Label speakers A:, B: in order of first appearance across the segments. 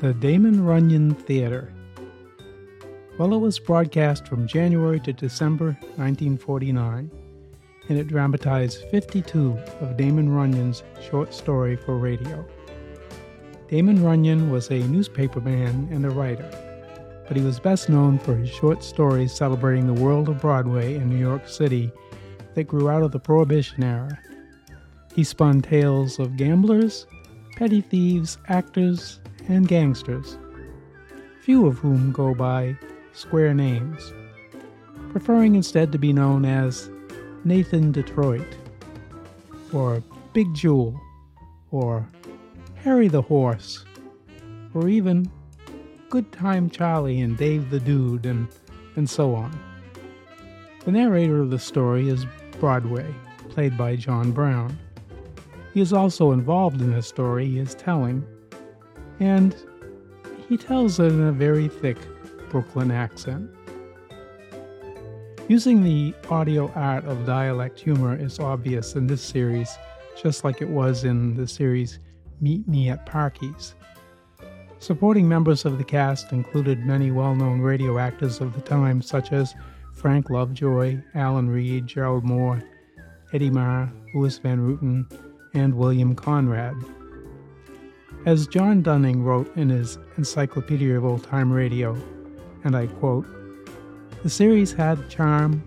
A: The Damon Runyon Theater. Well, it was broadcast from January to December 1949, and it dramatized 52 of Damon Runyon's short story for radio. Damon Runyon was a newspaperman and a writer, but he was best known for his short stories celebrating the world of Broadway in New York City that grew out of the Prohibition era. He spun tales of gamblers, petty thieves, actors, and gangsters, few of whom go by square names, preferring instead to be known as Nathan Detroit, or Big Jewel, or Harry the Horse, or even Good Time Charlie and Dave the Dude, and, and so on. The narrator of the story is Broadway, played by John Brown. He is also involved in the story he is telling, and he tells it in a very thick Brooklyn accent. Using the audio art of dialect humor is obvious in this series, just like it was in the series Meet Me at Parkies. Supporting members of the cast included many well known radio actors of the time, such as Frank Lovejoy, Alan Reed, Gerald Moore, Eddie Marr, Louis Van Ruten, and William Conrad. As John Dunning wrote in his Encyclopedia of Old Time Radio, and I quote, the series had charm,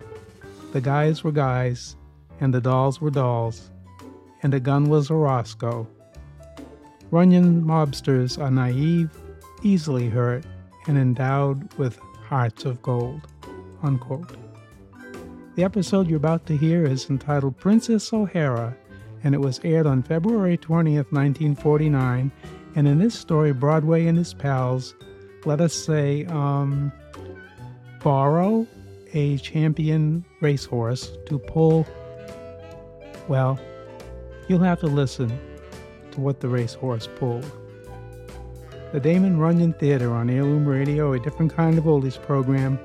A: the guys were guys, and the dolls were dolls, and a gun was a Roscoe. Runyon mobsters are naive, easily hurt, and endowed with hearts of gold. Unquote. The episode you're about to hear is entitled Princess O'Hara, and it was aired on February 20th, 1949. And in this story, Broadway and his pals, let us say, um, borrow a champion racehorse to pull. Well, you'll have to listen to what the racehorse pulled. The Damon Runyon Theater on Heirloom Radio, a different kind of oldies program.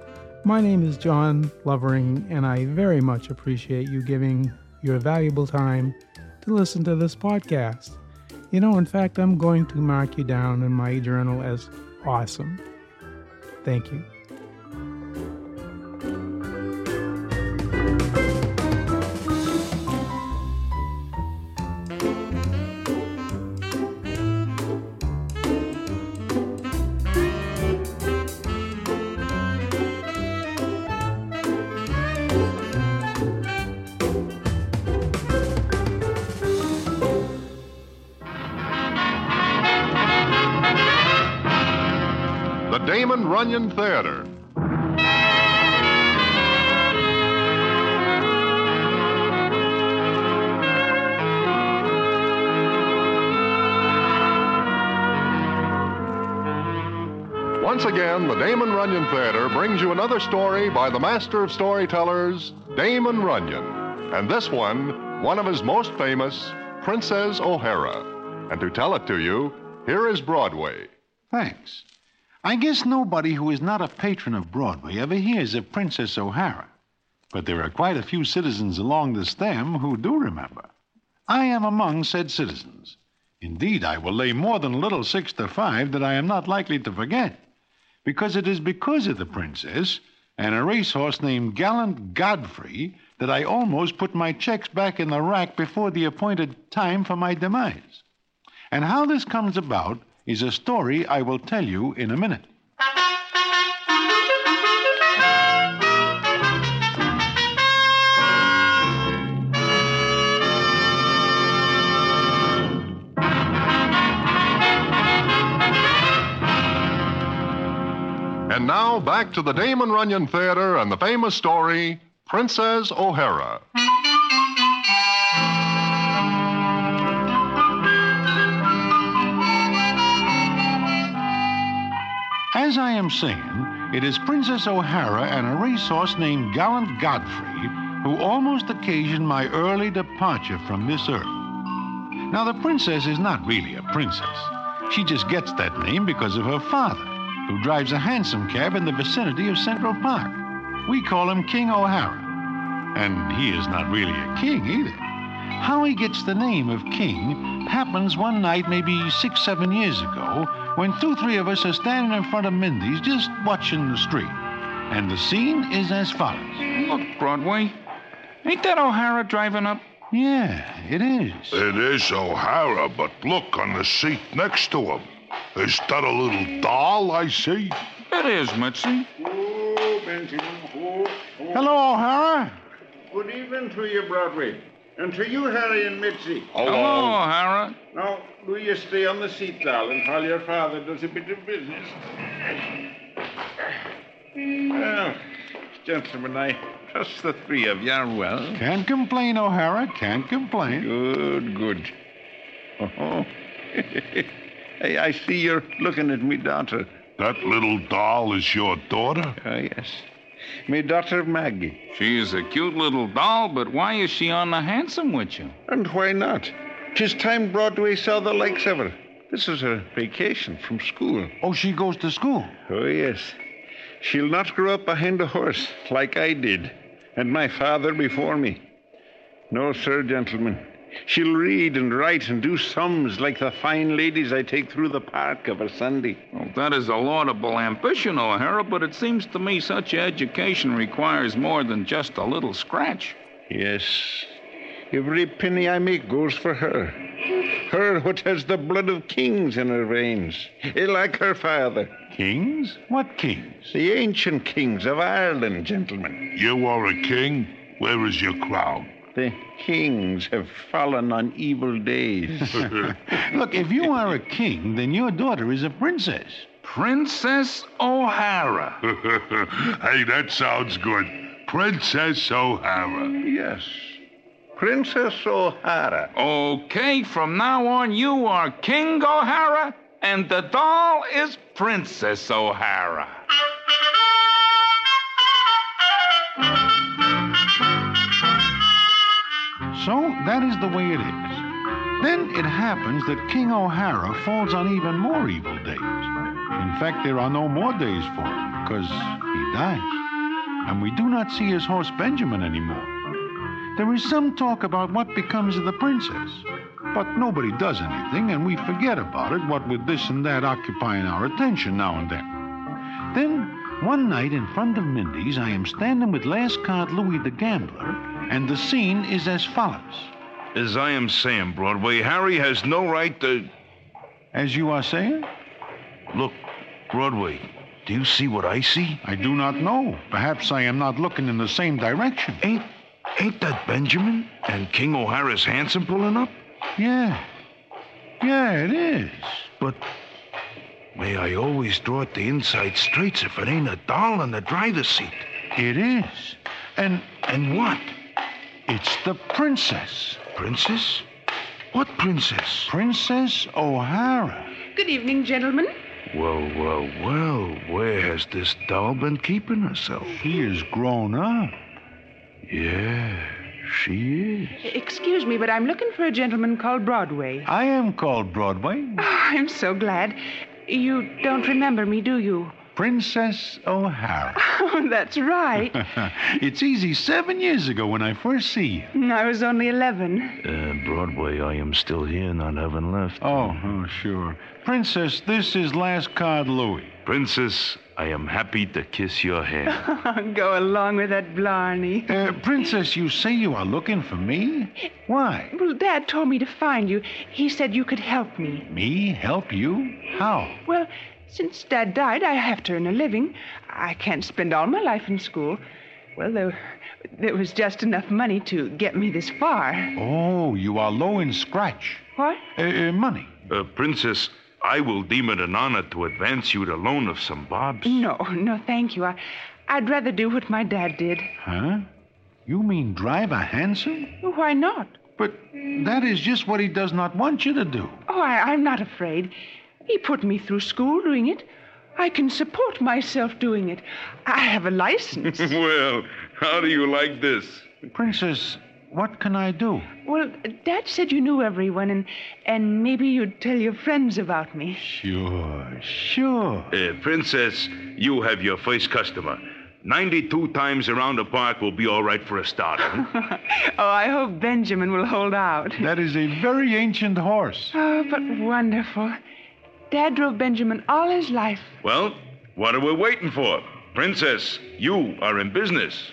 A: My name is John Lovering, and I very much appreciate you giving your valuable time to listen to this podcast. You know, in fact, I'm going to mark you down in my journal as awesome. Thank you.
B: The Damon Runyon Theater. Once again, the Damon Runyon Theater brings you another story by the master of storytellers, Damon Runyon. And this one, one of his most famous, Princess O'Hara. And to tell it to you, here is Broadway.
C: Thanks. I guess nobody who is not a patron of Broadway ever hears of Princess O'Hara. But there are quite a few citizens along the stem who do remember. I am among said citizens. Indeed, I will lay more than a little six to five that I am not likely to forget. Because it is because of the princess and a racehorse named Gallant Godfrey that I almost put my checks back in the rack before the appointed time for my demise. And how this comes about is a story I will tell you in a minute.
B: And now back to the Damon Runyon Theater and the famous story, Princess O'Hara.
C: As I am singing, it is Princess O'Hara and a racehorse named Gallant Godfrey who almost occasioned my early departure from this earth. Now, the princess is not really a princess. She just gets that name because of her father, who drives a hansom cab in the vicinity of Central Park. We call him King O'Hara. And he is not really a king either. How he gets the name of king happens one night, maybe six, seven years ago, when two, three of us are standing in front of Mindy's just watching the street. And the scene is as follows.
D: Look, Broadway. Ain't that O'Hara driving up?
C: Yeah, it is.
E: It is O'Hara, but look on the seat next to him. Is that a little doll I see?
D: It is, Mitzi.
F: Oh, Benjamin. Oh, oh.
C: Hello, O'Hara.
F: Good evening to you, Broadway. And to you, Harry and Mitzi.
D: Hello, O'Hara.
F: Now, do you stay on the seat, darling, while your father does a bit of business? Well, gentlemen, I trust the three of you are well.
C: Can't complain, O'Hara. Can't complain.
F: Good, good. Oh, hey, I see you're looking at me daughter.
E: That little doll is your daughter?
F: Ah, yes. Me daughter Maggie.
D: She's a cute little doll, but why is she on the hansom with you?
F: And why not? 'Tis time Broadway saw the likes of her. This is her vacation from school.
C: Oh, she goes to school.
F: Oh, yes. She'll not grow up behind a horse like I did, and my father before me. No, sir, gentlemen. She'll read and write and do sums like the fine ladies I take through the park of a Sunday.
D: Well, that is a laudable ambition, O'Hara, but it seems to me such education requires more than just a little scratch.
F: Yes. Every penny I make goes for her. Her which has the blood of kings in her veins, eh, like her father.
C: Kings? What kings?
F: The ancient kings of Ireland, gentlemen.
E: You are a king? Where is your crown?
F: The kings have fallen on evil days.
C: Look, if you are a king, then your daughter is a princess.
D: Princess O'Hara.
E: hey, that sounds good. Princess O'Hara.
F: yes. Princess O'Hara.
D: Okay, from now on, you are King O'Hara, and the doll is Princess O'Hara.
C: So that is the way it is. Then it happens that King O'Hara falls on even more evil days. In fact, there are no more days for him because he dies. And we do not see his horse Benjamin anymore. There is some talk about what becomes of the princess, but nobody does anything, and we forget about it, what with this and that occupying our attention now and then. Then, one night in front of Mindy's, I am standing with last card Louis the Gambler, and the scene is as follows.
E: As I am saying, Broadway, Harry has no right to.
C: As you are saying?
E: Look, Broadway, do you see what I see?
C: I do not know. Perhaps I am not looking in the same direction.
E: Ain't, ain't that Benjamin and King O'Hara's handsome pulling up?
C: Yeah. Yeah, it is.
E: But may I always draw at the inside straights if it ain't a doll in the driver's seat?
C: It is. And
E: And what?
C: it's the princess.
E: Princess? What princess?
C: Princess O'Hara.
G: Good evening, gentlemen.
E: Well, well, well, where has this doll been keeping herself?
C: She is grown up.
E: Yeah, she is.
G: Excuse me, but I'm looking for a gentleman called Broadway.
C: I am called Broadway.
G: I'm so glad. You don't remember me, do you?
C: Princess O'Hara.
G: Oh, that's right.
C: it's easy seven years ago when I first see you.
G: I was only 11.
E: Uh, Broadway, I am still here, not having left.
C: Oh, oh, sure. Princess, this is last card Louis.
E: Princess, I am happy to kiss your hand.
G: Go along with that blarney.
C: Uh, princess, you say you are looking for me? Why?
G: Well, Dad told me to find you. He said you could help me.
C: Me help you? How?
G: Well, since Dad died, I have to earn a living. I can't spend all my life in school. Well, there, there was just enough money to get me this far.
C: Oh, you are low in scratch.
G: What?
C: Uh, uh, money.
E: uh, princess, I will deem it an honor to advance you the loan of some bobs.
G: No, no, thank you. I, I'd rather do what my dad did.
C: Huh? You mean drive a hansom?
G: Why not?
C: But that is just what he does not want you to do.
G: Oh, I, I'm not afraid. He put me through school doing it. I can support myself doing it. I have a license.
E: Well, how do you like this?
C: Princess, what can I do?
G: well, Dad said you knew everyone, and and maybe you'd tell your friends about me.
C: Sure, sure.
E: Uh, princess, you have your first customer. 92 times around the park will be all right for a starter.
G: Oh, I hope Benjamin will hold out.
C: That is a very ancient horse.
G: Oh, but wonderful. Dad drove Benjamin all his life.
E: Well, what are we waiting for? Princess, you are in business.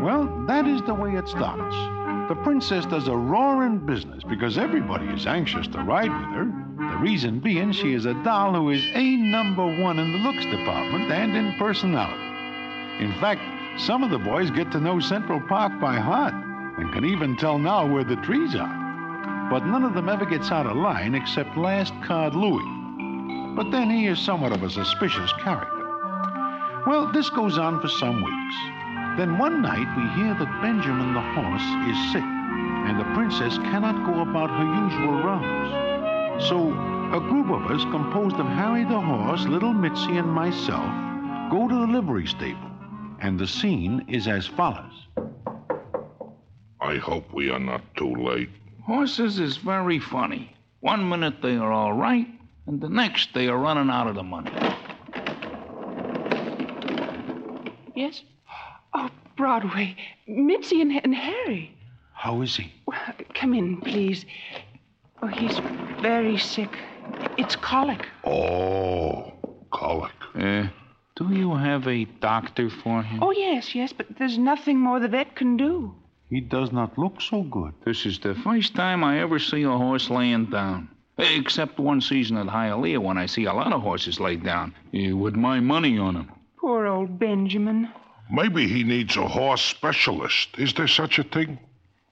C: Well, that is the way it starts. The princess does a roaring business because everybody is anxious to ride with her. The reason being she is a doll who is a number one in the looks department and in personality. In fact, some of the boys get to know Central Park by heart and can even tell now where the trees are. But none of them ever gets out of line except last card Louie. But then he is somewhat of a suspicious character. Well, this goes on for some weeks. Then one night we hear that Benjamin the horse is sick, and the princess cannot go about her usual rounds. So a group of us, composed of Harry the horse, little Mitzi, and myself, go to the livery stable, and the scene is as follows.
H: I hope we are not too late.
D: Horses is very funny. One minute they are all right, and the next they are running out of the money.
G: Yes? Oh, Broadway. Mitzi and, and Harry.
C: How is he?
G: Well, Come in, please. Oh, he's very sick. It's colic.
H: Oh, colic.
D: Uh, do you have a doctor for him?
G: Oh, yes, yes, but there's nothing more the vet can do.
C: He does not look so good.
D: This is the first time I ever see a horse laying down. Except one season at Hialeah when I see a lot of horses laid down eh, with my money on them.
G: Poor old Benjamin.
H: Maybe he needs a horse specialist. Is there such a thing?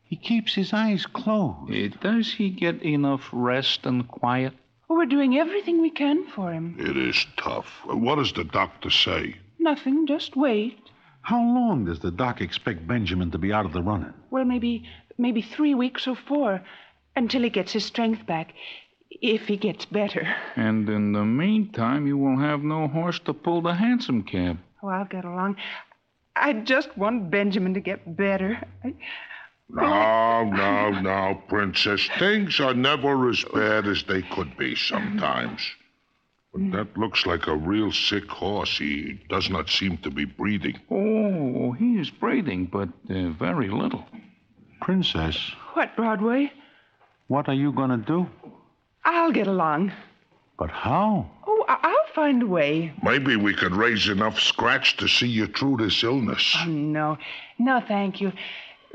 C: He keeps his eyes closed.
D: Eh, does he get enough rest and quiet?
G: We're doing everything we can for him.
H: It is tough. What does the doctor say?
G: Nothing, just wait.
C: How long does the doc expect Benjamin to be out of the running?
G: Well, maybe maybe three weeks or four until he gets his strength back. If he gets better.
D: And in the meantime, you will have no horse to pull the hansom cab.
G: Oh, I'll get along. I just want Benjamin to get better. I-
H: No, no, no, Princess. Things are never as bad as they could be sometimes. But that looks like a real sick horse. He does not seem to be breathing.
D: Oh, he is breathing, but uh, very little.
C: Princess,
G: What, Broadway?
C: what are you going to do?
G: I'll get along.
C: But how?
G: Oh, I- I'll find a way.
H: Maybe we could raise enough scratch to see you through this illness.
G: No, no, thank you.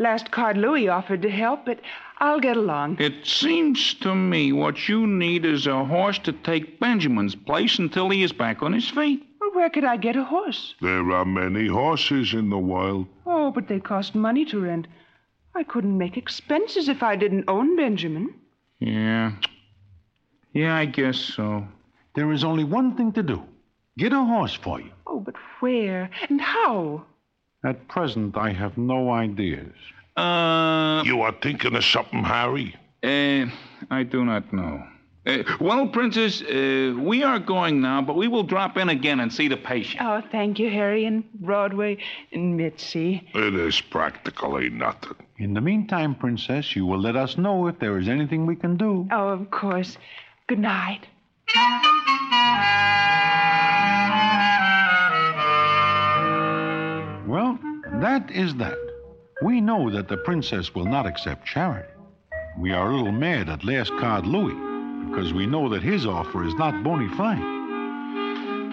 G: Last card Louis offered to help, but I'll get along.
D: It seems to me what you need is a horse to take Benjamin's place until he is back on his feet.
G: Well, where could I get a horse?
H: There are many horses in the wild.
G: Oh, but they cost money to rent. I couldn't make expenses if I didn't own Benjamin.
D: Yeah. Yeah, I guess so.
C: There is only one thing to do get a horse for you.
G: Oh, but where and how?
C: At present, I have no ideas.
D: Uh,
H: You are thinking of something, Harry?
D: eh, I do not know. Eh, well, Princess, uh, we are going now, but we will drop in again and see the patient.
G: Oh, thank you, Harry and Broadway and Mitzi.
H: It is practically nothing.
C: In the meantime, Princess, you will let us know if there is anything we can do.
G: Oh, of course. Good night.
C: Well, that is that. We know that the princess will not accept charity. We are a little mad at Last Card Louis because we know that his offer is not bona fide.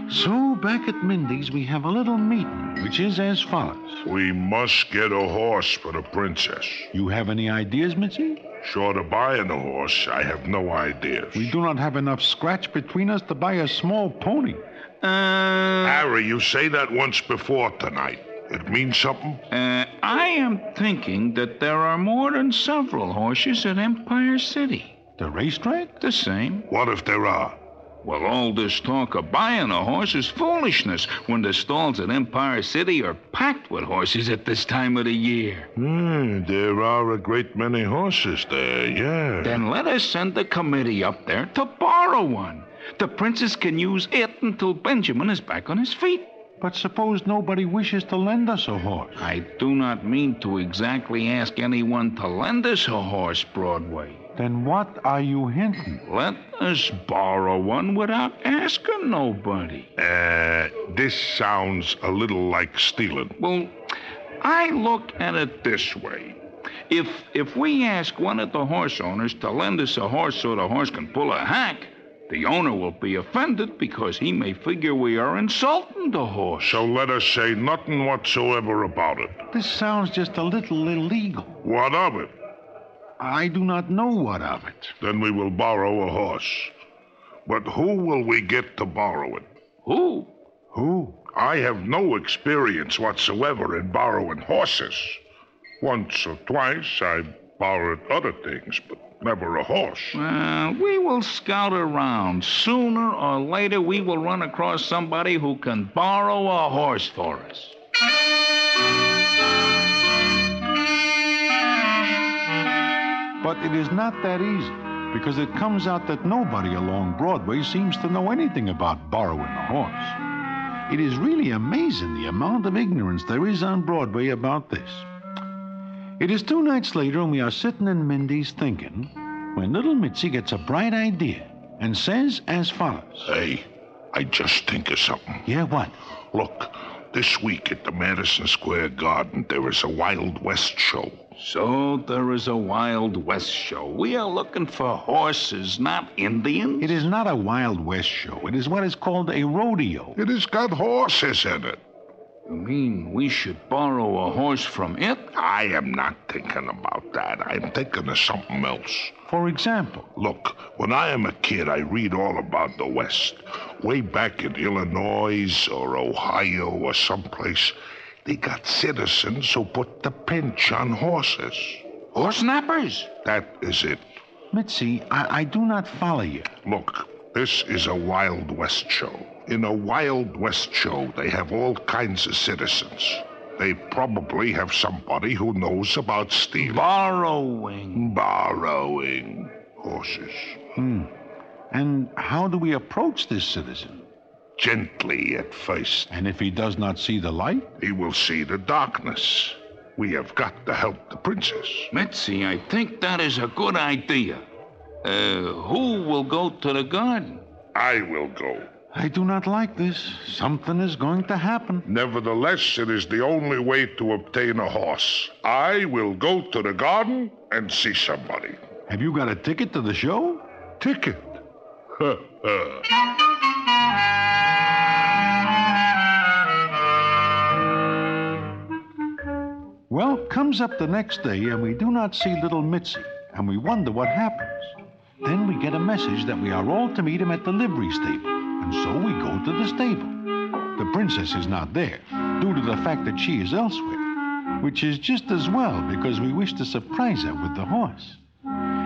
C: So, back at Mindy's, we have a little meeting, which is as follows.
H: We must get a horse for the princess.
C: You have any ideas, Mitzi?
H: Short of buying a horse, I have no ideas.
C: We do not have enough scratch between us to buy a small pony.
D: Uh,
H: Harry, you say that once before tonight. It means something?
D: uh, I am thinking that there are more than several horses at Empire City.
C: The racetrack?
D: The same.
H: What if there are?
D: Well, all this talk of buying a horse is foolishness when the stalls at Empire City are packed with horses at this time of the year.
H: Hmm, there are a great many horses there, yeah.
D: Then let us send the committee up there to borrow one. The princess can use it until Benjamin is back on his feet.
C: But suppose nobody wishes to lend us a horse.
D: I do not mean to exactly ask anyone to lend us a horse, Broadway.
C: Then what are you hinting?
D: Let us borrow one without asking nobody.
H: Uh, this sounds a little like stealing.
D: Well, I look at it this way. If if we ask one of the horse owners to lend us a horse so the horse can pull a hack, the owner will be offended because he may figure we are insulting the horse.
H: So let us say nothing whatsoever about it.
C: This sounds just a little illegal.
H: What of it?
C: I do not know what of it.
H: Then we will borrow a horse. But who will we get to borrow it?
D: Who?
C: Who?
H: I have no experience whatsoever in borrowing horses. Once or twice I borrowed other things, but never a horse.
D: Uh, we will scout around. Sooner or later, we will run across somebody who can borrow a horse for us.
C: But it is not that easy, because it comes out that nobody along Broadway seems to know anything about borrowing a horse. It is really amazing the amount of ignorance there is on Broadway about this. It is two nights later, and we are sitting in Mindy's thinking, when little Mitzi gets a bright idea and says as follows
H: Hey, I just think of something.
C: Yeah, what?
H: Look, this week at the Madison Square Garden, there is a Wild West show.
D: So there is a Wild West show. We are looking for horses, not Indians.
C: It is not a Wild West show. It is what is called a rodeo.
H: It has got horses in it.
D: You mean we should borrow a horse from it?
H: I am not thinking about that. I'm thinking of something else.
C: For example,
H: Look, when I am a kid, I read all about the West. Way back in Illinois or Ohio or someplace, they got citizens who put the pinch on horses.
D: Horse snappers?
H: That is it.
C: Mitzi, I, I do not follow you.
H: Look, this is a Wild West show. In a Wild West show, they have all kinds of citizens. They probably have somebody who knows about stealing,
D: Borrowing.
H: borrowing horses.
C: And how do we approach this citizen?
H: Gently at first,
C: And if he does not see the light?
H: he will see the darkness. We have got to help the princess.
D: Mitzi, I think that is a good idea. Uh, who will go to the garden?
H: I will go.
C: I do not like this. Something is going to happen.
H: Nevertheless, it is the only way to obtain a horse. I will go to the garden and see somebody.
C: Have you got a ticket to the show?
H: Ticket.
C: Well, comes up the next day, and we do not see little Mitzi, and we wonder what happens. Then we get a message that we are all to meet him at the livery stable, and so we go to the stable. The princess is not there, due to the fact that she is elsewhere, which is just as well because we wish to surprise her with the horse.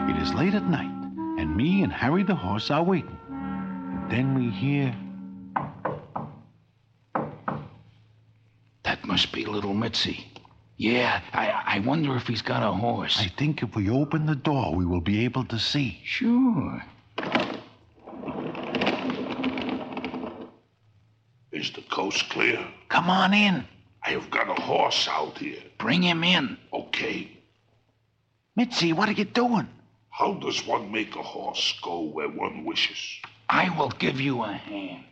C: It is late at night, and me and Harry the horse are waiting. And then we hear.
D: That must be little Mitzi. Yeah, I, I wonder if he's got a horse.
C: I think if we open the door, we will be able to see.
D: Sure.
H: Is the coast clear?
D: Come on in.
H: I have got a horse out here.
D: Bring him in.
H: Okay.
C: Mitzi, what are you doing?
H: How does one make a horse go where one wishes?
D: I will give you a hand.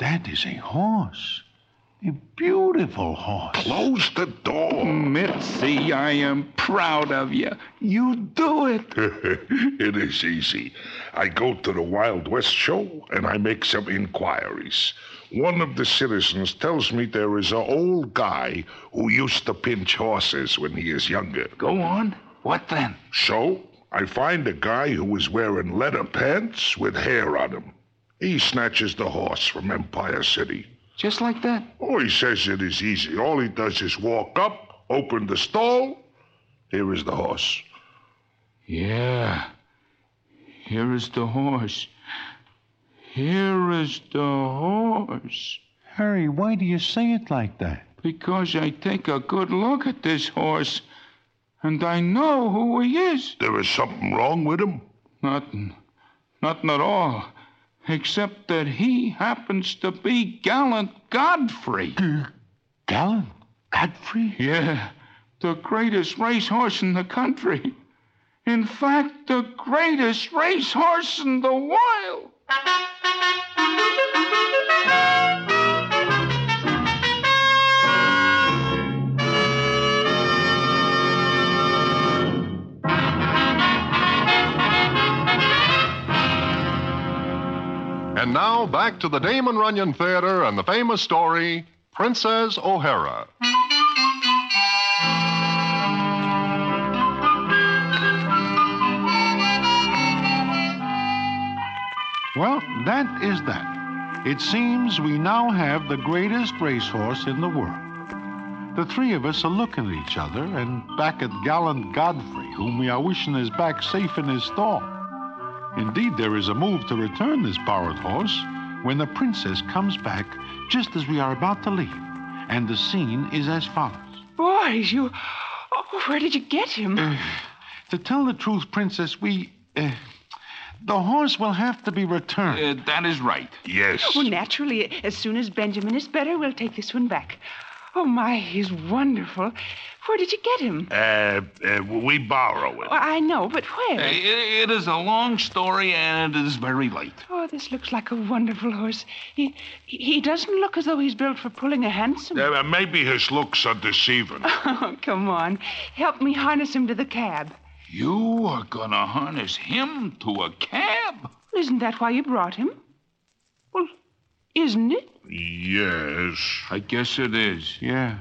C: That is a horse. A beautiful horse.
H: Close the door.
D: Mitzi, I am proud of you. You do it.
H: it is easy. I go to the Wild West show and I make some inquiries. One of the citizens tells me there is an old guy who used to pinch horses when he is younger.
D: Go on. What then?
H: So I find a guy who is wearing leather pants with hair on him. He snatches the horse from Empire City.
D: Just like that?
H: Oh, he says it is easy. All he does is walk up, open the stall. Here is the horse.
D: Yeah. Here is the horse. Here is the horse.
C: Harry, why do you say it like that?
D: Because I take a good look at this horse, and I know who he is.
H: There is something wrong with him?
D: Nothing. Nothing at all. Except that he happens to be Gallant Godfrey.
C: Gallant? Godfrey?
D: Yeah, the greatest racehorse in the country. In fact, the greatest racehorse in the wild.
B: And now back to the Damon Runyon Theater and the famous story Princess O'Hara.
C: Well, that is that. It seems we now have the greatest racehorse in the world. The three of us are looking at each other and back at gallant Godfrey, whom we are wishing is back safe in his stall. Indeed, there is a move to return this borrowed horse when the princess comes back just as we are about to leave, and the scene is as follows.
G: Boys, you. Oh, where did you get him?
C: To tell the truth, Princess, we. Uh, the horse will have to be returned.
D: Uh, that is right.
H: Yes.
G: well, Oh, naturally, as soon as Benjamin is better, we'll take this one back. Oh, my, he's wonderful. Where did you get him?
H: Uh, uh, we borrow it.
G: Well, I know, but where?
D: I- it is a long story and it is very late.
G: Oh, this looks like a wonderful horse. He he doesn't look as though he's built for pulling a hansom.
H: Uh, maybe his looks are deceiving.
G: Oh, come on. Help me harness him to the cab.
D: You are gonna harness him to a cab?
G: Isn't that why you brought him? Well, isn't it?
H: yes.
D: I guess it is.
C: Yeah,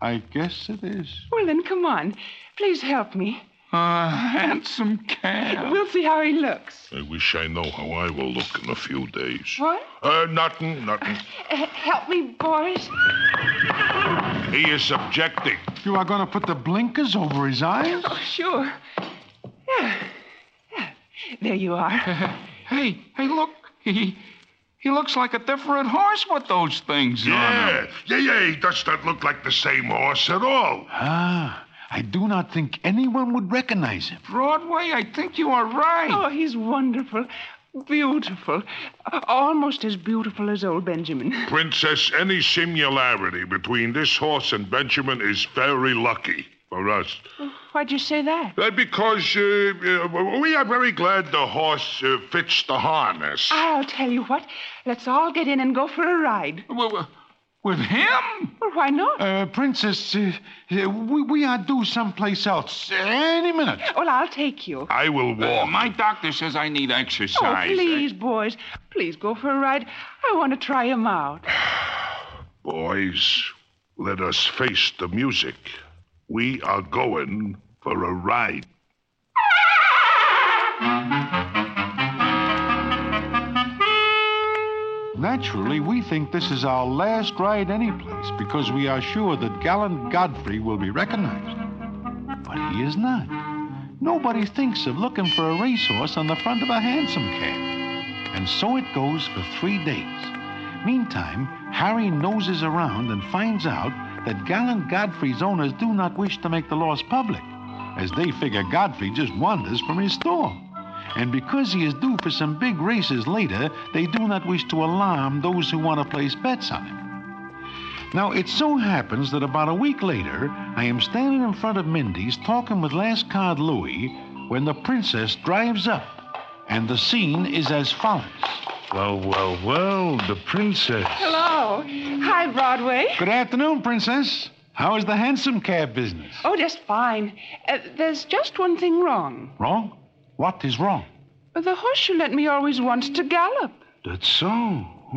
C: I guess it is.
G: Well, then, come on. Please help me.
D: A handsome cab.
G: We'll see how he looks.
H: I wish I know how I will look in a few days.
G: What?
H: Uh, nothing, nothing.
G: Eh, help me, Boris.
H: He is subjecting.
C: You are going to put the blinkers over his eyes?
G: Sure. Yeah. Yeah. There you are.
D: Hey, hey, look. He he looks like a different horse with those things on him.
H: Yeah, yeah, yeah. He does not look like the same horse at all.
C: Ah, I do not think anyone would recognize him.
D: Broadway, I think you are right.
G: Oh, he's wonderful. Beautiful. Almost as beautiful as old Benjamin.
H: Princess, any similarity between this horse and Benjamin is very lucky for us.
G: Why'd you say that?
H: Uh, because uh, uh, we are very glad the horse uh, fits the harness.
G: I'll tell you what. Let's all get in and go for a ride.
D: Wi- wi- With him?
G: Well, why not?
C: Uh, Princess, uh, uh, we, we are due someplace else any minute.
G: well, I'll take you.
H: I will
D: Uh,
H: walk.
D: my doctor says I need
G: Oh,
D: exercise.
G: please, boys. Please go for a ride. I want to try him out.
H: Boys, let us face the music. We are going for a ride.
C: Naturally, we think this is our last ride anyplace because we are sure that gallant Godfrey will be recognized. But he is not. Nobody thinks of looking for a racehorse on the front of a hansom cab. And so it goes for three days. Meantime, Harry noses around and finds out that gallant Godfrey's owners do not wish to make the loss public, as they figure Godfrey just wanders from his stall. And because he is due for some big races later, they do not wish to alarm those who want to place bets on him. Now, it so happens that about a week later, I am standing in front of Mindy's talking with Last Card Louie when the princess drives up, and the scene is as follows.
E: Well, well, well, the princess.
G: Hello. Hi, Broadway.
C: Good afternoon, princess. How is the hansom cab business?
G: Oh, just fine. Uh, there's just one thing wrong.
C: Wrong? What is wrong?
G: The horse you lent me always wants to gallop.
E: That's so.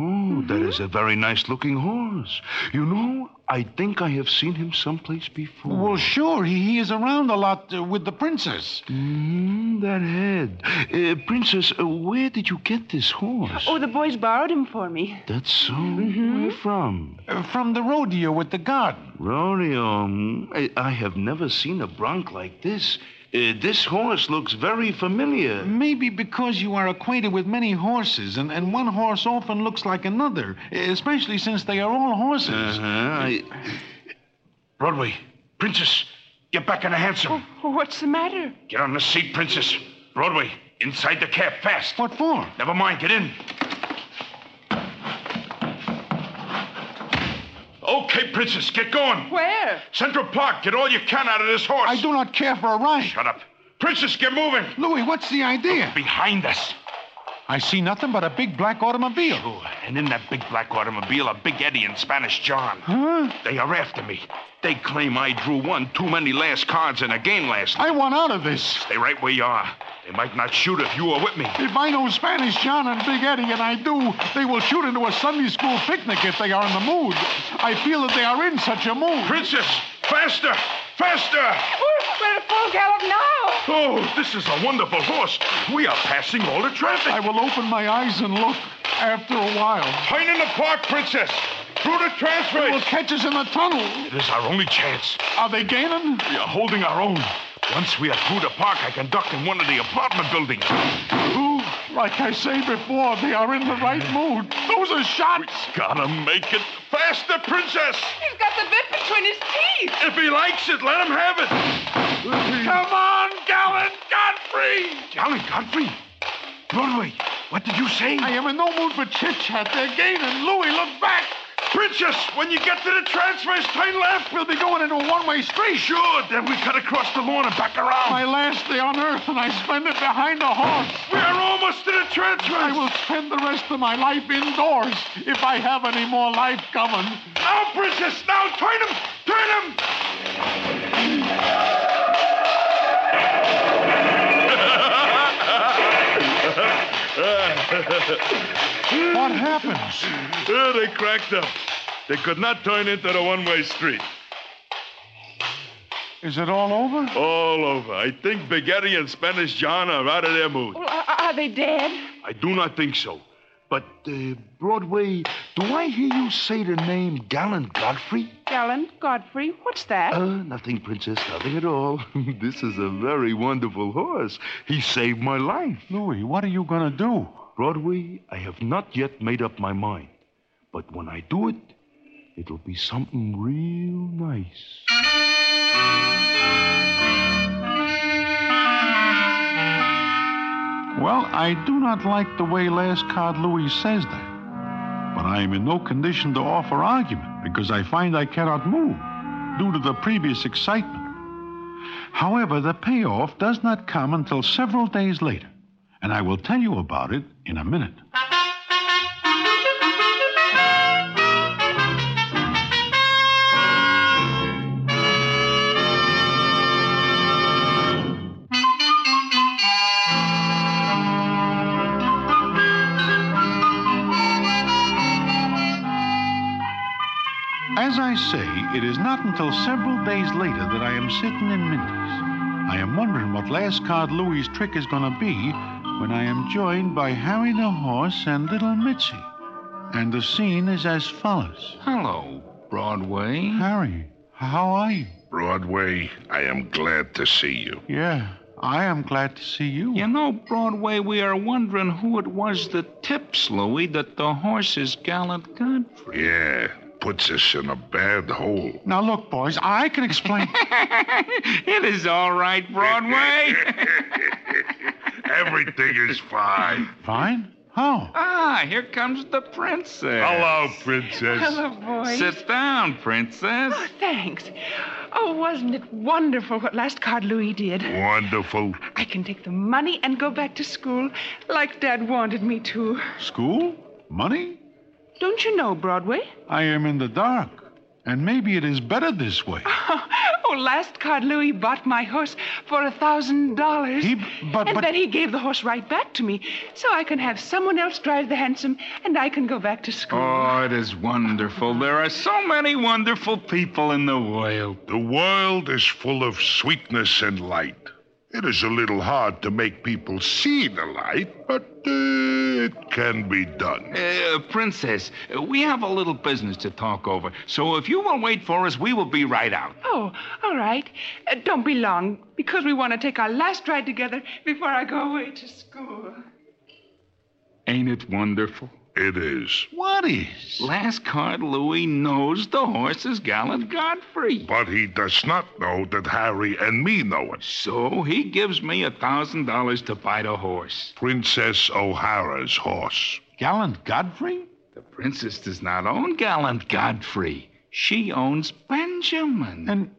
E: Oh, that is a very nice looking horse. You know, I think I have seen him someplace before.
C: Well, sure, he, he is around a lot uh, with the princess.
E: Mm, that head. Uh, princess, uh, where did you get this horse?
G: Oh, the boys borrowed him for me.
E: That's so. Where from?
C: Uh, from the rodeo at the garden.
E: Rodeo. Mm, I, I have never seen a bronc like this. Uh, this horse looks very familiar.
C: Maybe because you are acquainted with many horses, and, and one horse often looks like another, especially since they are all horses.
E: Uh-huh, I... Broadway, Princess, get back in the
G: Oh.
E: hansom.
G: What's the matter?
E: Get on the seat, Princess. Broadway, inside the cab, fast.
C: What for?
E: Never mind, get in. Okay, Princess, get going.
G: Where?
E: Central Park, get all you can out of this horse.
C: I do not care for a ride.
E: Shut up. Princess, get moving.
C: Louis, what's the idea?
E: Behind us.
C: I see nothing but a big black automobile.
E: Oh. Sure. And in that big black automobile, a big Eddie and Spanish John.
C: Huh?
E: They are after me. They claim I drew one too many last cards in a game last night.
C: I want out of this.
E: Stay right where you are. They might not shoot if you are with me.
C: If I know Spanish John and Big Eddie, and I do, they will shoot into a Sunday school picnic if they are in the mood. I feel that they are in such a mood.
E: Princess, faster! Faster!
G: We're at full gallop now.
E: Oh, this is a wonderful horse. We are passing all the traffic.
C: I will open my eyes and look after a while.
E: Pine in the park, Princess. Through the
C: They will
E: transfer.
C: catch us in the tunnel.
E: It is our only chance.
C: Are they gaining?
E: We are holding our own. Once we are through the park, I can duck in one of the apartment buildings.
C: Ooh, like I say before, they are in the right mood. Those are shots.
E: Gotta make it faster, Princess.
G: He's got the bit between his teeth.
E: If he likes it, let him have it. Come on, Gallant Godfrey. Gallant Godfrey? Broadway, what did you say?
C: I am in no mood for chit chat. They're gaining. Louis, look back.
E: Princess, when you get to the transverse, turn left.
C: We'll be going into a one way street.
E: Sure, then we cut across the lawn and back around.
C: My last day on earth, and I spend it behind a horse.
E: We are almost to the transverse.
C: I will spend the rest of my life indoors if I have any more life coming.
E: Now, Princess, now turn him, turn him.
C: What happens?
E: Yeah, they cracked up. They could not turn into the one-way street.
C: Is it all over?
E: All over. I think Big Eddie and Spanish John are out of their mood.
G: Well, are, are they dead?
E: I do not think so. But uh, Broadway, do I hear you say the name Gallant Godfrey?
G: Gallant Godfrey, what's that?
E: Uh, nothing, Princess, nothing at all. this is a very wonderful horse. He saved my life.
C: Louis, what are you going to do?
E: Broadway, I have not yet made up my mind. But when I do it, it'll be something real nice.
C: Well, I do not like the way Last Card Louis says that. But I am in no condition to offer argument because I find I cannot move due to the previous excitement. However, the payoff does not come until several days later, and I will tell you about it in a minute. As I say, it is not until several days later that I am sitting in Minty's. I am wondering what last card Louis' trick is going to be when I am joined by Harry the Horse and little Mitzi. And the scene is as follows
D: Hello, Broadway.
C: Harry, how are you?
H: Broadway, I am glad to see you.
C: Yeah, I am glad to see you.
D: You know, Broadway, we are wondering who it was that tips Louis that the horse is Gallant Godfrey.
H: Yeah, puts us in a bad hole.
C: Now, look, boys, I can explain.
D: It is all right, Broadway.
H: Everything is fine.
C: Fine? How?
D: ah, here comes the princess.
H: Hello, Princess.
G: Hello, boys.
D: Sit down, princess.
G: Oh, thanks. Oh, wasn't it wonderful what last card Louis did?
H: Wonderful.
G: I can take the money and go back to school like Dad wanted me to.
C: School? Money?
G: Don't you know, Broadway?
C: I am in the dark. And maybe it is better this way.
G: Oh, last card Louis bought my horse for a thousand dollars.
C: He- but-
G: and
C: but-
G: then he gave the horse right back to me, so I can have someone else drive the hansom, and I can go back to school.
D: Oh, it is wonderful. There are so many wonderful people in the world.
H: The world is full of sweetness and light. It is a little hard to make people see the light, but uh, it can be done.
D: Uh, princess, uh, we have a little business to talk over. So if you will wait for us, we will be right out.
G: Oh, all right. Uh, don't be long, because we want to take our last ride together before I go away to school.
D: Ain't it wonderful?
H: It is.
C: What is?
D: Last card Louis knows the horse is Gallant Godfrey.
H: But he does not know that Harry and me know it.
D: So he gives me a thousand dollars to buy the horse.
H: Princess O'Hara's horse.
C: Gallant Godfrey?
D: The princess does not own Gallant Godfrey. She owns Benjamin.
C: And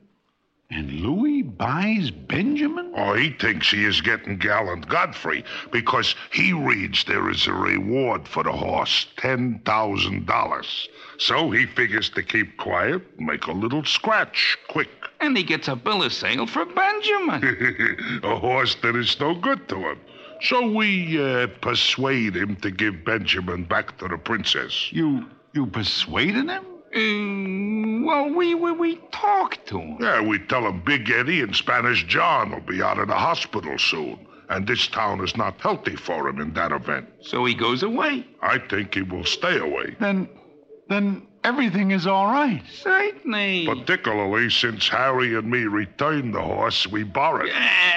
C: And Louis buys Benjamin?
H: Oh, he thinks he is getting gallant Godfrey because he reads there is a reward for the horse $10,000. So he figures to keep quiet, make a little scratch quick.
D: And he gets a bill of sale for Benjamin.
H: a horse that is no good to him. So we uh, persuade him to give Benjamin back to the princess.
C: You you persuaded him?
D: Uh, well, we, we, we talked to him.
H: Yeah, we tell him Big Eddie and Spanish John will be out of the hospital soon, and this town is not healthy for him in that event.
D: So he goes away.
H: I think he will stay away,
C: Then then everything is all right.
D: Certainly.
H: particularly since Harry and me returned the horse we borrowed.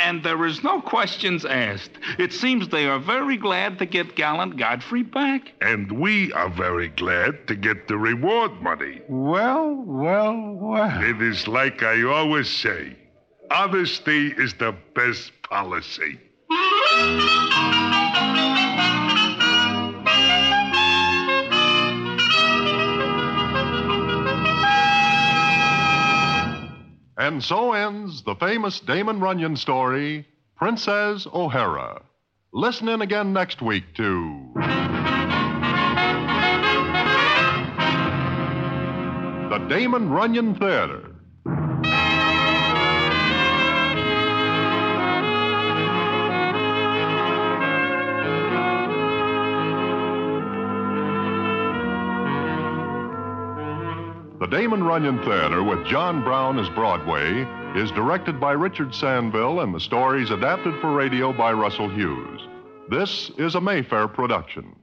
D: And there is no questions asked. It seems they are very glad to get gallant Godfrey back.
H: And we are very glad to get the reward money.
C: Well, well, well.
H: It is like I always say honesty is the best policy.
B: And so ends the famous Damon Runyon story, Princess O'Hara. Listen in again next week to. The Damon Runyon Theater. The Damon Runyon Theater with John Brown as Broadway is directed by Richard Sandville and the stories adapted for radio by Russell Hughes. This is a Mayfair production.